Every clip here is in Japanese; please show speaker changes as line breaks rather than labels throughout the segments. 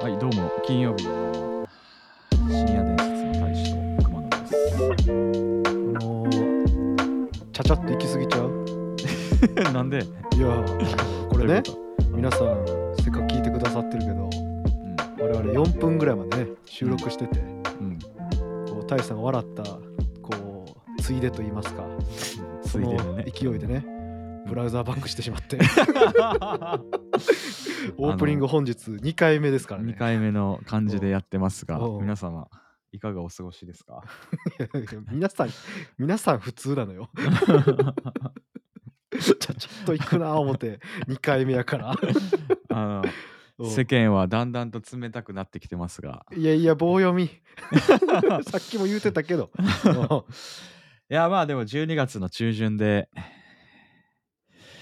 はい、どうも、金曜日の深夜伝説の大使と熊野です。
もうちゃちゃって行き過ぎちゃう
なんで
いやこれね
どういうこ
皆さんせっかく聞いてくださってるけど我々4分ぐらいまでね収録してて、
とうん、うん、
こう大志さんが笑ったこうついでと言いますか
つ
そ
い
の
でにね。
勢 いでね ブラウザーバックしてしまってオープニング本日2回目ですからね
2回目の感じでやってますが
おうお、う
皆様、いかがお過ごしです か
いやいや 皆さん皆さん普通な のよちゃちゃっと行くな思って2回目 やから
あ
う
の
ん
世間はだんだんと冷たくなってきてますが。
いやいや棒読み さっきも言うてたけどうん
いや、まあでも12月の中旬で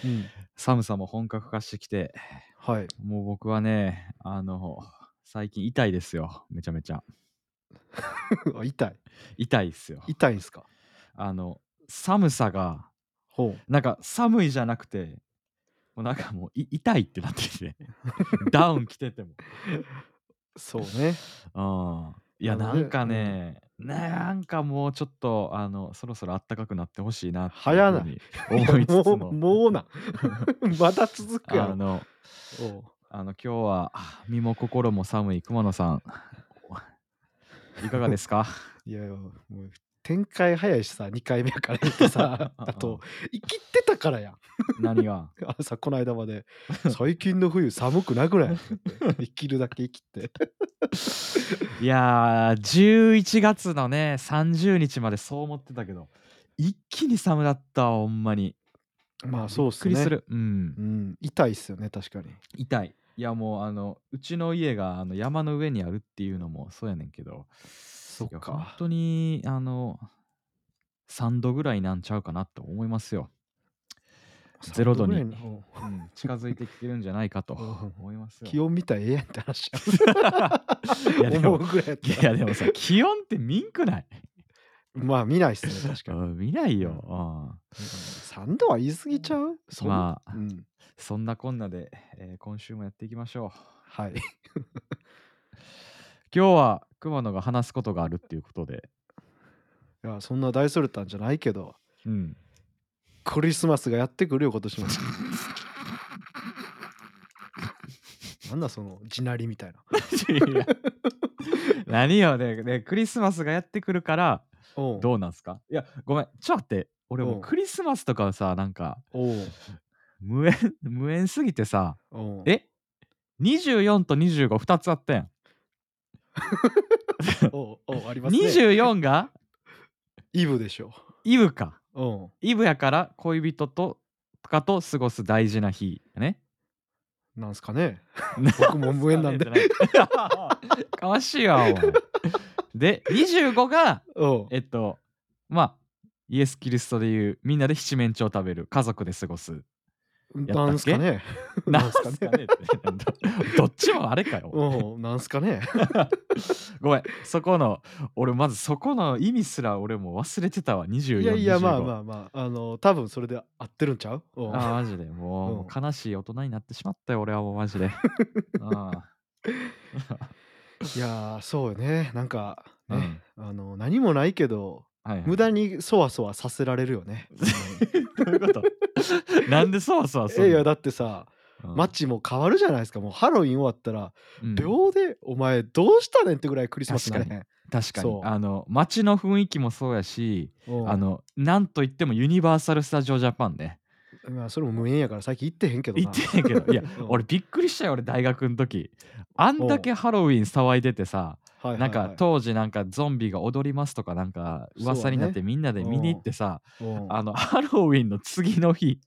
うん、
寒さも本格化してきて、
はい。
もう僕はね、あの、最近痛いですよ、めちゃめちゃ。
あ痛い。
痛いですよ。
痛いんすか
あの、寒さが
ほう。
なんか寒いじゃなくて、もうなんかもうい痛いってなってきて、ダウン着てても。
そうね。
うんいや、
な
な
ので
んかね、なんかもうちょっと、あの、そろそろあったかくなってほしいなってい
早
う
ない
ふうに思いつつ
もう、
も、
もうな。 まだ続くや
あ
ろ。
の、
おう
あの今日はあ身も心も寒い熊野さん、いかがですか、
いやいや、もう展開早いしさ、2回目やから言ってさ あと、生きてたからやん。
何が
あのさ、この間ま で、最近の冬寒くなくない生きるだけ生きて。
いやー、11月のね、30日までそう思ってたけど、一気に寒だったわ、ほんまに。
まあ、そうっす
び
ね。
っくりする。うん
う。ん、痛いっすよね、確かに。
痛いいやもうあのうちの家があの山の上にあるっていうのもそうやねんけど
そっ
いや本
か。
当にあの3度ぐらいなんちゃうかなと思いますよ、ゼロ度に
寒いぐらいの。おう
うん、近づいてきてるんじゃないかと
うん
思いますよ
気温見たらええやんって話や
いやでも
思うぐら いや っ
い
たら
やでもさ気温って見んくない
まあ見ないっすね確かに
うん見ないよ、うん
3度は言い過ぎちゃうそん
まあ
うん、
そんなこんなで、えー今週もやっていきましょう
はい
今日は熊野が話すことがあるっていうことで、
いやそんな大それたんじゃないけど
うん、
クリスマスがやってくるよ今年もなんだその地鳴りみたいない
や何よねねクリスマスがやってくるから
おう
どうなんすかいやごめんちょっと待って俺も
お
う
う
クリスマスとかはさなんか
おう
無縁 無縁すぎてさ
おう
え24と252つあったやん、
おうおうありますね
24が
イブでしょ
イブか
おう
イブやから恋人とかと過ごす大事な日やね
なんすかね僕も無 縁なんで
じゃいかわしいわお前で25が
おう
えっとまあイエス・キリストでいうみんなで七面鳥を食べる家族で過ご すけ
なんすかね
なんすかねってなんだど っちもあれかよ。
おうなんすかね
ごめん、そこの、俺まずそこの意味すら俺もう忘れてたわ、24
いやいや
25
まあまあまああの多分それで合ってるんちゃうおう
ああ、マジで、もう
うん
もう悲しい大人になってしまったよ、俺はもうマ ジで。ああ
いやーそうよねなんか
う
ね、
ん
あの何もないけど
はいはい
無駄にそわそわさせられるよね。
どういうこと なんでそうそう
い
そう。
やいやだってさ
うん
街も変わるじゃないですかもうハロウィン終わったら
うん
秒でお前どうしたねんってぐらいクリスマスになれへん。
確か
そ
に
う
あの街の雰囲気もそうやし、
うん
あのなんといってもユニバーサル・スタジオ・ジャパンね
まあそれも無縁やから最近行ってへんけど
行
な
っ。てんけ どいや
うん
俺びっくりしたよ俺大学の時あんだけハロウィン騒いでてさ
はいはい
なん
はい
か当時なんかゾンビが踊りますとかなんか噂になっ
そう
てみんなで見に行ってさ、
うん
あのハロウィンの次の日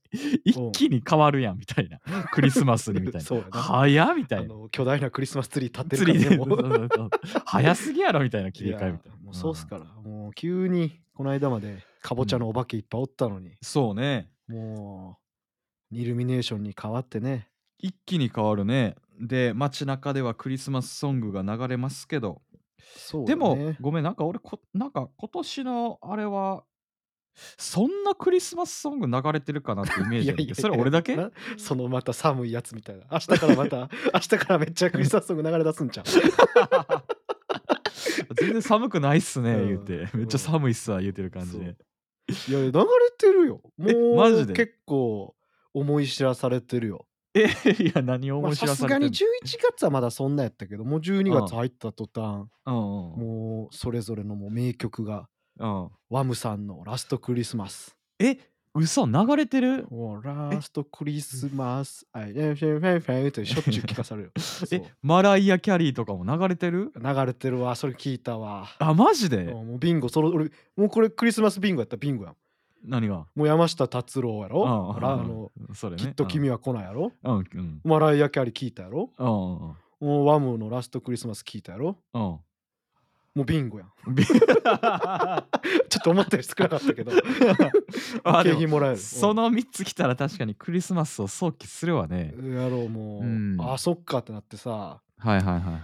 一気に変わるやんみ たいなクリスマスにみたい
そうや
な
な
早っみた
あ
いな
の巨大なクリスマスツリー立って
釣り
る
で
からね
そう
も う
そうそう早すぎやろみたいな切り替えみたい
い
な
やもうそうっすからもう急にこの間までかぼちゃのお化けいっぱいおったのに
そうね
もうイルミネーションに変わってね
一気に変わるねで街中ではクリスマスソングが流れますけど、
そう
で
だね
もごめんなんか俺こなんか今年のあれはそんなクリスマスソング流れてるかなってイメージあるけどそれ俺だけ
なそのまた寒いやつみたいな明日からまた 明日からめっちゃクリスマスソング流れ出すんちゃう
全然寒くないっすね、
うん
言うてめっちゃ寒いっすわ言うてる感じで、
そう いやいや流れてるよもう
マジで
結構思い知らされてるよ
えいや何を
まあ
面
さ
白
す
され
が
てん
に11月はまだそんなやったけどもう12月入った途端
のうん
もうそれぞれのもう名曲が
うんうん
ワムさんの「ラストクリスマス
え嘘流れて」る
もうラストクリスマス「I am f a f a ってしょっちゅう聞かされる よそう
えマライア・キャリーとかも流れてる
流れてるわそれ聞いたわ
あマジで
もうビンゴそれ俺もうこれクリスマスビンゴやったらビンゴやん
何が
もう山下達郎やろ
うん
あらあ
うん
の
それね
きっと君は来ないやろ
うんうん
マライア・キャリー聞いたやろ
うんうんうん
もうワムのラストクリスマス聞いたやろ
うん
もうビンゴやん
び
ちょっと思ったより少なかっ たけど
あで
景
も
品もらえる
その3つ来たら確かにクリスマスを想起するわね。
うんやろうもう、
うん
あそっかってなってさ
はいはいはいはい。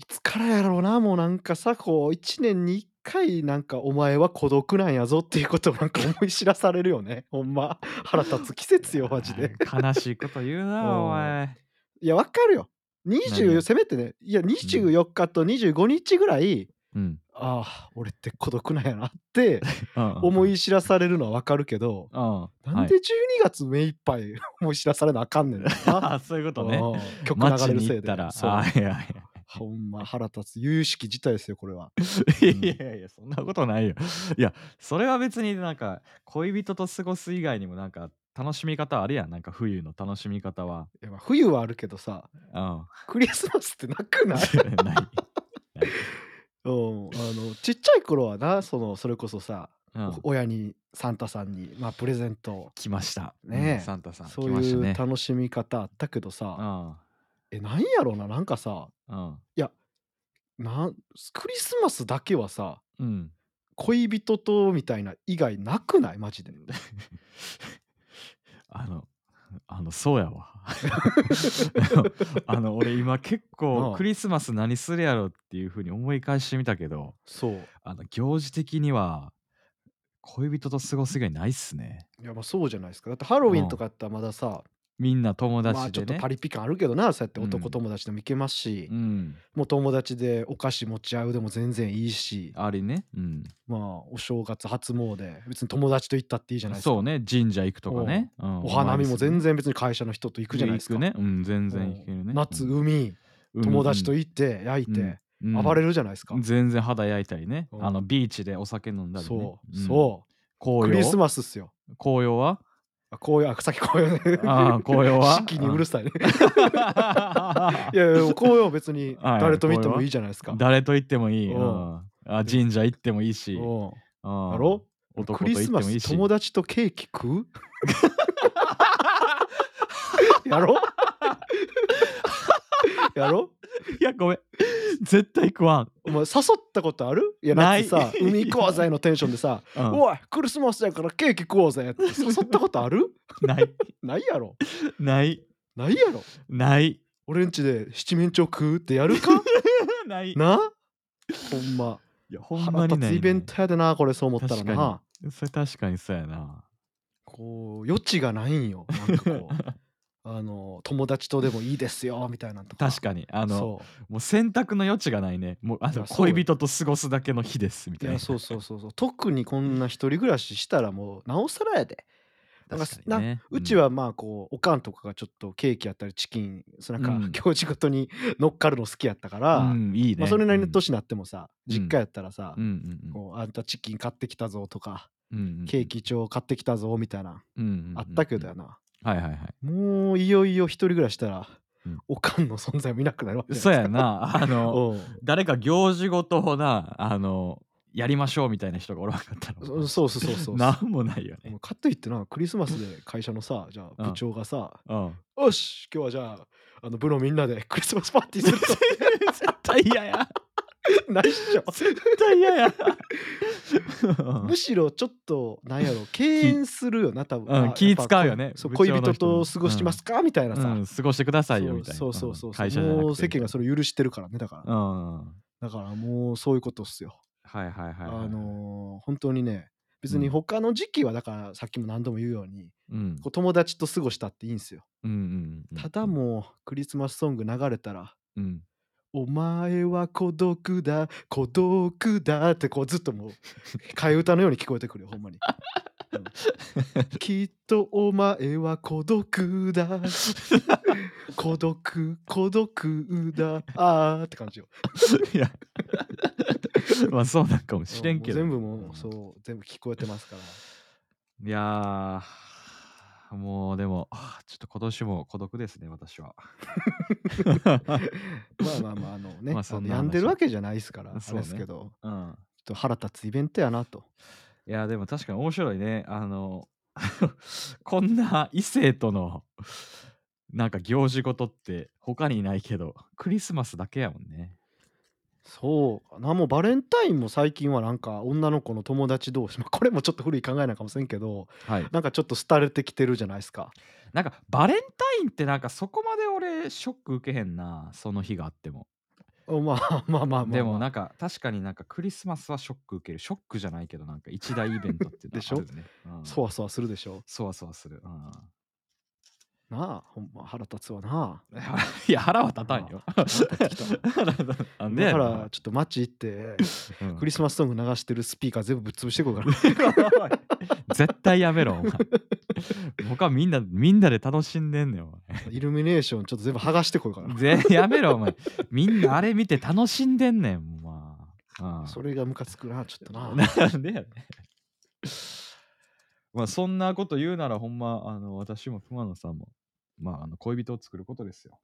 いつからやろうなもうなんかさこう1年に1回なんかお前は孤独なんやぞっていうことをなんか 思い知らされるよねほんま腹立つ季節よマジで
あー悲しいこと言う な、
うん
お前。
いや、わかるよ。
何
20
が
せめてね、いや、24日と25日ぐらい、
うん。
ああ、俺って孤独なんやなって
思
思い知らされるのはわかるけど、
あ
なんで12月目いっぱい 思い知らされなあかんねんな。
あ、 そういうことね。
うん曲
街
流れる
に
せ
行
い
っ
で
たら。。
そう
あーいやい
ほんま腹立つ。有識事態ですよ、これは。
やいやいやいや、そんなことないよ。いや、それは別になんか恋人と過ごす以外にもなんか楽しみ方あるやん。なんか冬の楽しみ方は。
いやまあ冬はあるけどさ、
うん。 な
クリスマスってな くない、
いない
うん、あのちっちゃい頃はなそのそれこそさ、
うん
お親にサンタさんに、まあ、プレゼントを
来ました。
ねえ
うんサンタさん。
そう
来まし
い
た
う
ね。
楽しみ方あったけどさ、
うん。
えなんやろうななんかさ
うん。
なんクリスマスだけはさ
うん。
恋人とみたいな以外なくないマジ で
あの、あの、そうや わ。あの、俺今結
あ
構
あ
クリスマス何するやろっていうふうに思い返してみたけど、
そう
あの、行事的には恋人と過ごす以外ないっすね。
いやまあそうじゃないですかだってハロウィンとかやったらまださ、
みんな友
まあ
達
ち
で
ょっと
ね
パ。リピ感あるけどなそうやって
う
男
ん
友達でも行けますし、
うん。
もう友達でお菓子持ち合うでも全然いいし
あれね。うん。
まあお正月初詣別に友達と行ったっていいじゃないですか
そうね。神社行くとかね。うん
お花見も全
然
然別に会社の人と行くじゃないですか、
行くね。うん、全
う
然
ん
行けるね。
夏
うん
海友達と
うん
行って焼いて、
うん
暴れるじゃないですか。
全然肌焼いたりね。
うん
あの、ビーチでお酒飲んだりね。
そう、
ん
そう、ク
紅
リス
葉
マスっすよ。
紅葉は
あ紅葉、あさっき紅葉ね。
あー紅葉は
四季にうるさいね。い
い
やい や、紅葉は別に
はい
誰と見てもいいじゃないですか。
誰と行ってもいい、
うん
うんあ神社行ってもいいし、う
う
ん
んだ
男
ろ
と行
クリ
って
スマ
もいい
ス
し
友達とケーキ食う やろ やろ
いやごめん 絶対食わん、
お前誘ったことあるいや
ない
夏さ海行こうぜのテンションでさ
う
「
ん
おいクリスマスやからケーキ食おうぜ」って誘ったことある
ない
ないやろ
ない
ないやろ
ない
俺んちで七面鳥食うってやるか
ない
なほんま
いやほん
腹
まに
立
な
つ
い、ね、
イベントやでなこれそう思ったら
確か
な
それ確かにそうやな
こう余地がないんよなんかこ うあの友達とでもいいですよみたいなのとか
確かにあの
そ
もう選択の余地がないねもうあ
い
の
やそうよ
恋人と過ごすだけの日ですみ
うい
たい
や
な
そうそうそうそう特にこんな一人暮らししたらもうなおさらやでなんか
確かにね
うち、はまあこうおかんとかがちょっとケーキやったりチキンそのなん
うん
か行事ごとに乗っかるの好きやったか
う
ら、
んうんいいね、
まあ、それなりの年になってもさ、
うん
実家やったらさ、
うんうんうん
こうあんたチキン買ってきたぞとか、
うんうんうん
ケーキ帳買ってきたぞみたいな、
うんうんうんうん
あったけどやな、
はいはいはい
もういよいよ一人暮らししたら、
うん
おかんの存在見なくなるわけ
そうや
な
なあの
お
誰か行事ごとをなあのやりましょうみたいな人がおらんかったら
そうそうそうそうそう
なんもないよね
もうかといってなクリスマスで会社のさじゃあ
うん
部長がさ
うん
「よ し今日はじゃああの部のみんなでクリスマスパーティーするぞ」
絶対嫌や
ないっしょ
絶対嫌 や。
むしろちょっとなんやろ敬遠するよな多分、
うん
あ
気
やっぱ
使うよね
そう
部長
恋
の人
人と過ごしてますか、みたいな
う
さ、
ん、過ごしてくださいよみたいな。
そうそうそうそう、
ん会社じゃなくて
もう世間がそれを許してるからねだから、
うん。はい
だからもうそういうことっすよ、
はいはいはい。
あのー本当にね別に
うん
他の時期はだからさっきも何度も言うように、
うん
こう友達と過ごしたっていいんすよ
うんうんうん、
ただもうクリスマスソング流れたら
うん、うん。
「お前は孤独だ孤独だ」ってこうずっともう替え歌のように聞こえてくるよほんまに。うんきっとお前は孤独だ孤独孤独だあーって感じよ。
いや、 まあそうなんかもしれんけど。
うんもう全部も
ん
うそう全部聞こえてますから。
いやー、もうでも、あーちょっと今年も孤独ですね、私 は。
まあまあまああの ね、
まあ
あ
そん
の
な話
病んでるわけじゃないですからあ
そう
れ
ね
ですけど、
うん、
ちょっと腹立つイベントやなと。
いや、でも確かに面白いね。あの、 こんな異性との、なんか行事事って他にないけど、クリスマスだけやもんね。
そうかなもうバレンタインも最近はなんか女の子の友達同士、まあ、 これもちょっと古い考えなんかもせんけど
はい。
なんかちょっと廃れてきてるじゃないですか
なんかバレンタインってなんかそこまで俺ショック受けへんな、その日があっても。
おまあ まあまあまあ、まあ、
でもなんか確かになんかクリスマスはショック受けるショックじゃないけどなんか一大イベントっていうのは
でしょ
あるね、うん、
そわそわするでしょ
そわそわする、うん、
なあほんま腹立つわな
いや腹は立たんよ
腹立ってきた な
腹立たんなんで
だ
や
か
ねん
らちょっと街 行って
うん
クリスマスソング流してるスピーカー全部ぶっ潰してこうか な
絶対やめろお前他みんなみんなで楽しんでんねんお
イルミネーションちょっと全部剥がしてこうか な
前ぜやめろお前みんなあれ見て楽しんでんねんお前うん
それがムカつくなちょっとな
なんでや ねんまあそんなこと言うならほんまあの私も熊野さんもまああの恋人を作ることですよ。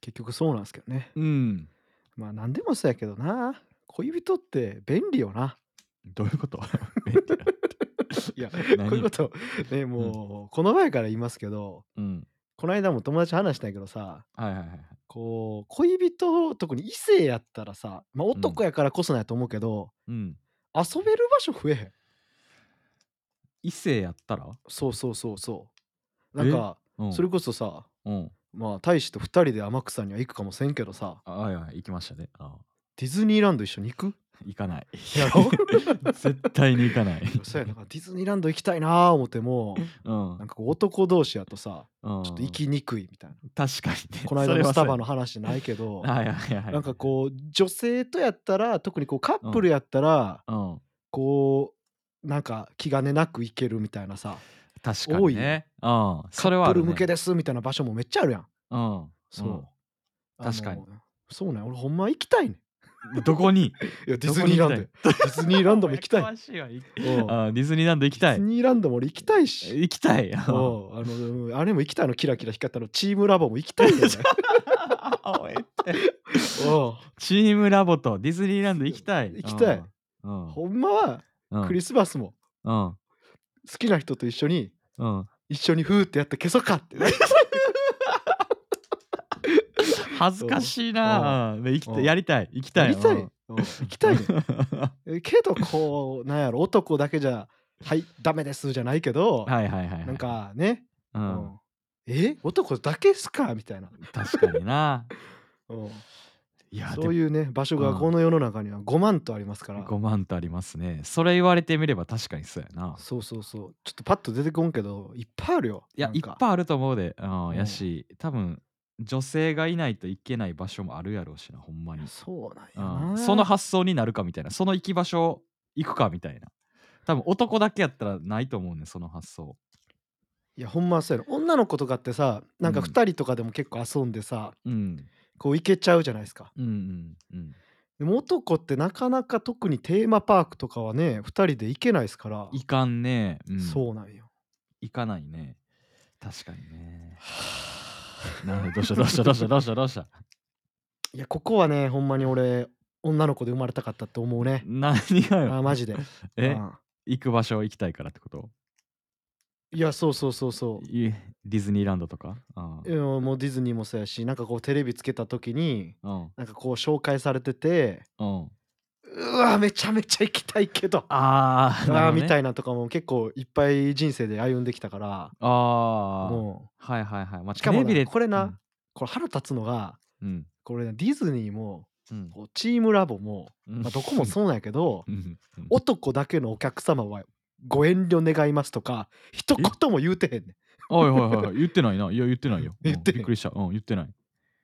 結局そうなんですけどね
うん。
まあ何でもそうやけどな恋人って便利よな
どういうこと
いや、こ
何
ういうこと、ね、もう、この前から言いますけど、
うん。
この間も友達と話したんやけどさ、
はいはいはい。
こう、恋人、特に異性やったらさ、まあ、
ん
男やからこそなんやと思うけど、
うん。
遊べる場所増えへん。
異性やったら
そうそうそうそう。な
え
んか、
うん。
それこそさ、
うん。
まあ、大使と2人で天草には行くかもせんけどさ、
あはいはい。行きましたね。あ
ディズニーランド一緒に行く
行かない。
やろ
絶対に行かない。
そうやな、なんかディズニーランド行きたいなー思っても、
うん。
なんかこう男同士やとさ、
うん
ちょっと行きにくいみたいな。
確かにね。
この間
それ
の
はそ
スタ
うや
バの話じゃないけ ど、
はいはいはいはい。
なんかこう女性とやったら特にこうカップルやったら、
う。うん。
こうなんか気兼ねなく行けるみたいなさ
確かにね。うん。それは
カ
あ
ップ
る、
ル
ね。
向けですみたいな場所もめっちゃあるやん。
うん。
そう。
うん
あの
確かに。
そうね、俺ほんま行きたいねん。
どこに
いやディズニーランドよ。ディズニーランドも行 きたい。
詳しいわ行き
うん
あディズニーランド行きた
デ
い
ィズ。ニーランドも俺行きた いし。
行きたい。
うんあのうんあれも行きたいのキラキラ光ったのチームラボも行きたい んだよね。
おい
う
チームラボとディズニーランド行きたい。
行きたい
うん。
んほんまは
うん。
クリスマスも
うん。
好きな人と一緒に
うん。
一緒にフーってやって消そうかって。
恥ずかしいな。うんで行き
う
た
ん
いやりたい。行きた
や
い。
りたい。
う
うん
ん
行きたいねん。えけどこうなんやろ男だけじゃ「はいダメです」じゃないけど、
はいはいはい。
なん。かね、
う
うん
ん。
え男だけっすかみたいな、
確かにな。
うん
いや、
そう
う。
いうね場所が
うん
この世の中には5万とありますから、
5万とありますね。それ言われてみれば確かにそうやな。
そうそうそうちょっとパッと出てこんけどいっぱいあるよ
いや、いっ
い
ぱいあると思うで。うん
うん
やし、多分女性がいないといけない場所もあるやろうしな、ほんまに。
そうなんやな、
うんその発想になるかみたいなその行き場所行くかみたいな多分男だけやったらないと思うねその発想
いやほんまそうやろ女の子とかってさなんか
うん
2人とかでも結構遊んでさ、
うん
こう行けちゃうじゃないですか
うんうんうん
でも男ってなかなか特にテーマパークとかはね2人で行けないですから、
いかんね、うん、
そうなんよ
行かないね確かにねなるほどどうしたどうしたどうしたどうしたどうした
いやここはねほんまに俺女の子で生まれたかったって思う ね
何が
あー
よ
マジで
え
うん
行く場所行きたいからってこと
いや、そうそうそうそう。
いディズニーランドとか。うん
いやもうディズニーもそうやし、なんかこうテレビつけた時に、
うん
なんかこう紹介されてて、
うん、
うわ、めちゃめちゃ行きたいけど、あ
あ ー、なる
あ
ほどね
みたいなとかも結構いっぱい人生で歩んできたから、
ああ。
も
はいはいはい。まあ、
しかもな
テレビで
これな。う、これ腹立つのが、
うん。
これねディズニーも、
うん。
こうチームラボも、
うん
まあ、どこもそうなんやけど、
うん。うん
男だけのお客様はご遠慮願いますとか、一言も言うてへんねん。
はいはいはいはい。言ってないな。いや、言ってないよ。
言って
うんびっくりした。うん、言ってない。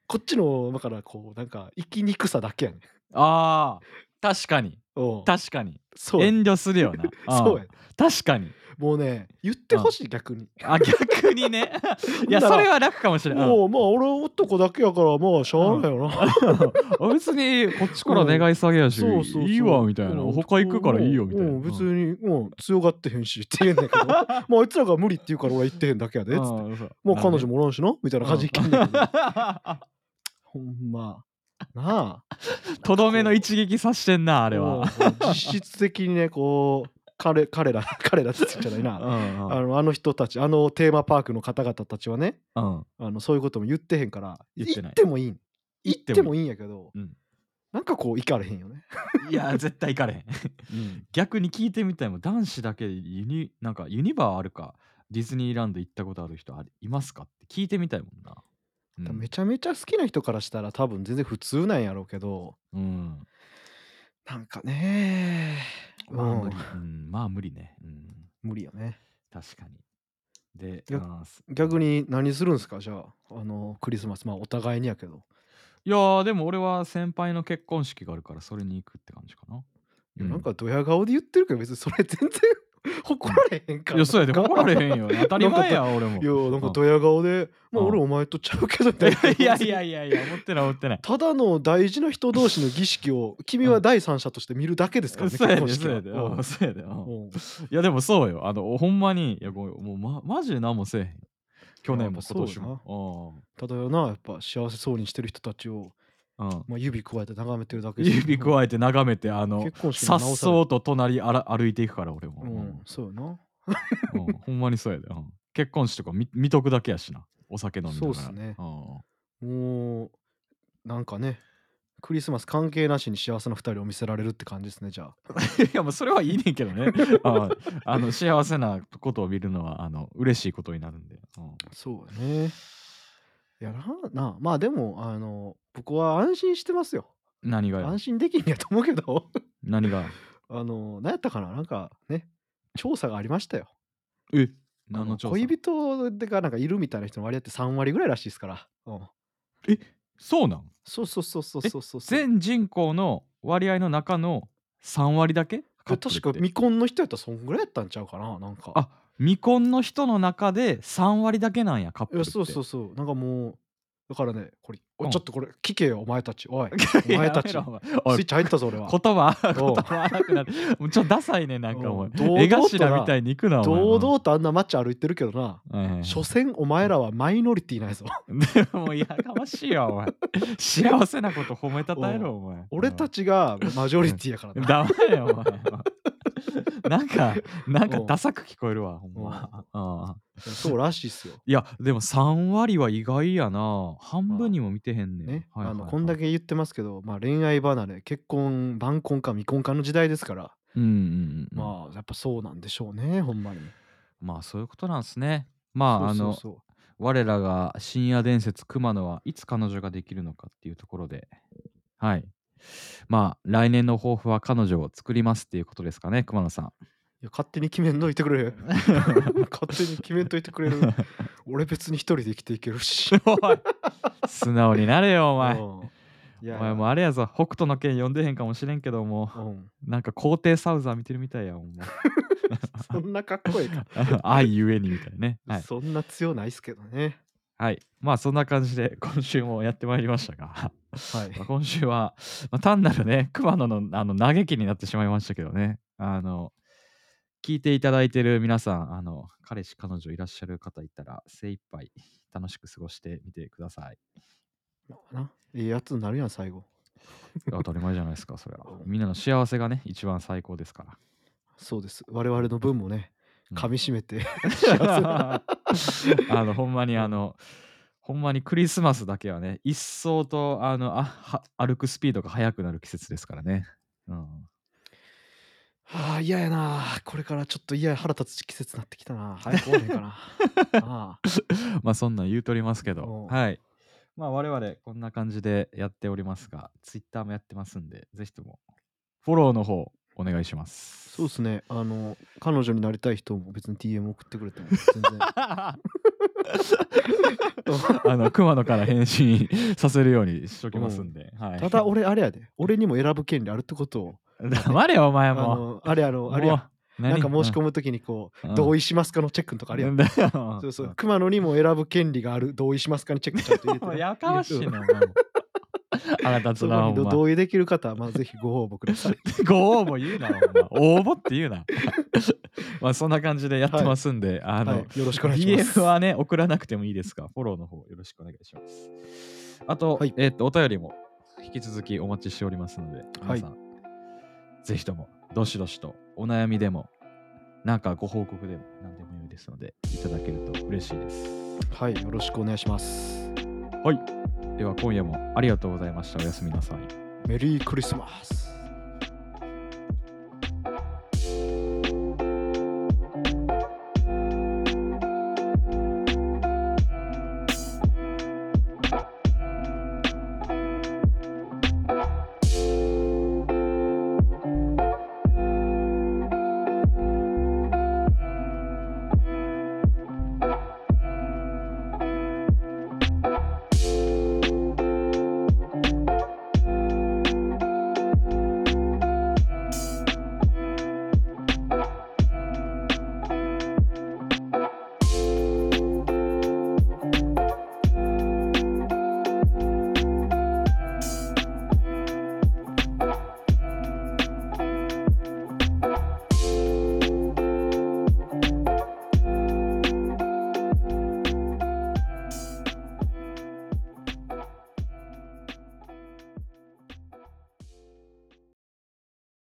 こっちの、だからこう、なんか生きにくさだけやねん。
ああ。確かに。
おう
確かに。
そうやねん
遠慮するよな。あー
そうやねん
確かに。
もうね、言ってほしい、逆に。
あ、逆に ね。いや、
ほ
そ
んなら
れは楽かもしれない。うん
もう、まあ、俺男だけやから、まあ、しゃあないよな。
あ別にこっちから願い下げやし、
そうそうそう
いいわみたいな、
うん
他行くからいいよみたいな、
うん別に、もう強がってへんしって言うんだ けど、もうあいつらが無理って言うから俺は言ってへんだけやで、つって。
うんそう
もう彼女もおらんしなみたいな感じで言ってんだけど、ほんま。なあ。
とどめの一撃さしてんなあ
あ
れは、
実質的にね、こう、彼彼ら、彼らって言っちゃないうな。
んうん
あのあの人たち、あのテーマパークの方々たちはね、
うん
あのそういうことも言ってへんから、
言ってない
行ってもいいん。
行
行
っ
って
もいい
てもいいんやけど、
うん
なんかこう、行かれへんよね。
いや絶対行かれへん逆に聞いてみたいもん男子だけでユニなんかユニバーあるかディズニーランド行ったことある人ありいますかって聞いてみたいもんなうん
めちゃめちゃ好きな人からしたら多分全然普通なんやろうけど
うん
なんかね
まあ
うん
無理、うん、まあ無理ね、うん、
無理よね
確かにで
逆
あーす
逆に何するんすかじゃああのクリスマスまあお互いにやけど
いやーでも俺は先輩の結婚式があるからそれに行くって感じかな。
いや
う
なんかドヤ顔で言ってるけど別にそれ全然 怒られへんから
いやそうやで
なんか
怒られへんよ。当たり前や俺も。
いやなん
う
か
ん
ドヤ顔でまあ
うん
俺お前とちゃうけどみたない
やいやいやいや思ってない思ってない。
ただの大事な人同士の儀式を君は第三者として見るだけですからね
そうや
結婚
で
式
そう
は
やで。うんそうやで。うん
うんうん
いやでもそうよ。あのほんまにいやごめんもう、ま、マジで何もせえへん。去年も今年も。
ただよなやっぱ幸せそうにしてる人たちを
うんうん
まあ、指加えて眺めてるだけですよ
指加えて眺めてあの
結婚式
さ
も
っ
なおさ
そうと隣あら歩いていくから俺も。
らうん、そうよな。
うんうんほんまにそうやで。うん結婚式とか見見とくだけやしな。お酒飲んで
そうっすね
うん
もう、なんかね、クリスマス関係なしに幸せな二人を見せられるって感じですね、じゃあ。
いやもうそれはいいねんけどね ああの幸せなことを見るのはあの嬉しいことになるんで、うん
そうやね。いやな、なあまあでも、あの、僕は安心してますよ。
何がよ
安心できんやと思うけど、
何が
あの、何やったかな、なんかね、調査がありましたよ。
え
あ
何
の
の調査
恋人がなんかいるみたいな人の割合って3割ぐらいらしいですから。うん、
そうなん
そうそうそうそうそうそうそう。
全人口の割合の中の3割だけカップルっ
確
て
か未婚の人やったらそんぐらいやったんちゃうかな、なんか。
あ未婚の人の中で3割だけなんやカップ
い
ルっ
や
て
そうそうそうなんかもうだからねこれお
うん
ちょっとこれ聞けよお前たちおい
いや
お前たちスイ
やめろお前お
ッ
い
チ入ったぞ俺
言
は
葉言
おう
葉荒くなるもうちょっとダサいねなんかお
お
前
う堂々とな
絵頭みたいに行くなお前
堂々とあんな街歩いてるけどな
はいはいはい
所詮お前らはマイノリティなんやぞ
でもやかましいよ、お前。幸せなこと褒めたたえろ、お前。
俺たちがマジョリティやから
うん。
な
黙れよ、お前。なんか、なんか
うん
ダサく聞こえるわ、ほんま。うん
そうらしいっすよ、
いや、でも3割は意外やな。半分にも見てへんねん。
ね
はいはいはい
あのこんだ。け言ってますけど、まあ、恋愛離れ結婚晩婚か未婚かの時代ですから、
うんうんうん。まあ、
まあやっぱそうなんでしょうねほんまに
まあ、そういうことなんですね。まあ、あ
そう
の、
そう
我らが深夜伝説熊野はいつ彼女ができるのかっていうところで、はい。まあ、来年の抱負は彼女を作りますっていうことですかね、熊野さん。
いや勝手に決めんといてく れ勝手に決めんといてくれる俺別に一人で生きていけるし
おい素直になれよお
お
前お
うん、いや
前もうあれやぞ北斗の拳読んでへんかもしれんけども
うん、
なんか皇帝サウザー見てるみたいやんほんま
そんなかっこいいか、
愛ゆえにみたいなね はい、
そんな強ないっすけどね
はい、まあそんな感じで今週もやってまいりましたが
はい
まあ今週は、まあ、単なるね熊野のあの嘆きになってしまいましたけどねあの聞いていただいてる皆さんあの彼氏彼女いらっしゃる方いたら精一杯楽しく過ごしてみてくだ さい
ないいやつになるやん最後
当たり前じゃないですか、それは
う。ん
みんなの幸せがね、一番最高ですから。
そうです我々の分もね、
うん
噛み締めて
あのほんまに あの、ほんまにクリスマスだけはね一層とあのあは歩くスピードが速くなる季節ですからね、うん、
ああ嫌やなこれからちょっと嫌や腹立つ季節になってきたな早く終われへんか なああ
まあそんなん言うとりますけど
おう
はいまあ我々こんな感じでやっておりますがツイッターもやってますんでぜひともフォローの方お願いします
そうですねあの彼女になりたい人も別に TM 送ってくれ ても全然
あの熊野から返信させるようにしときますんで、はい、
ただ俺あれやで俺にも選ぶ権利あるってことを
黙れよお前
あ
も
のあれあのあれやなんか申し込むときにこう、同
意
意しますかのチェックのとかあれやん、
だ よ
そうそう熊野にも選ぶ権利がある同意しますかにチェックちゃんと入れて
も
な
うやかましい
入れて
なお前も腹立
そ
つ
こ
なお
にど
前
同意できる方はまあぜひご応募ください
ご応募言うなお前応募って言うな まあそんな感じでやってますんで、あの、
はい、よろしくお願いします
DM はね、送らなくてもいいですが、フォローの方よろしくお願いします。あと、
はい
えっ、と、お便りも引き続きお待ちしておりますので、皆さん、ぜひとも、どしどしと、お悩みでも、なんかご報告でも、何でもよいですので、いただけると嬉しいです。
はいよろしくお願いします
では、今夜もありがとうございました。おやすみなさい。
メリークリスマス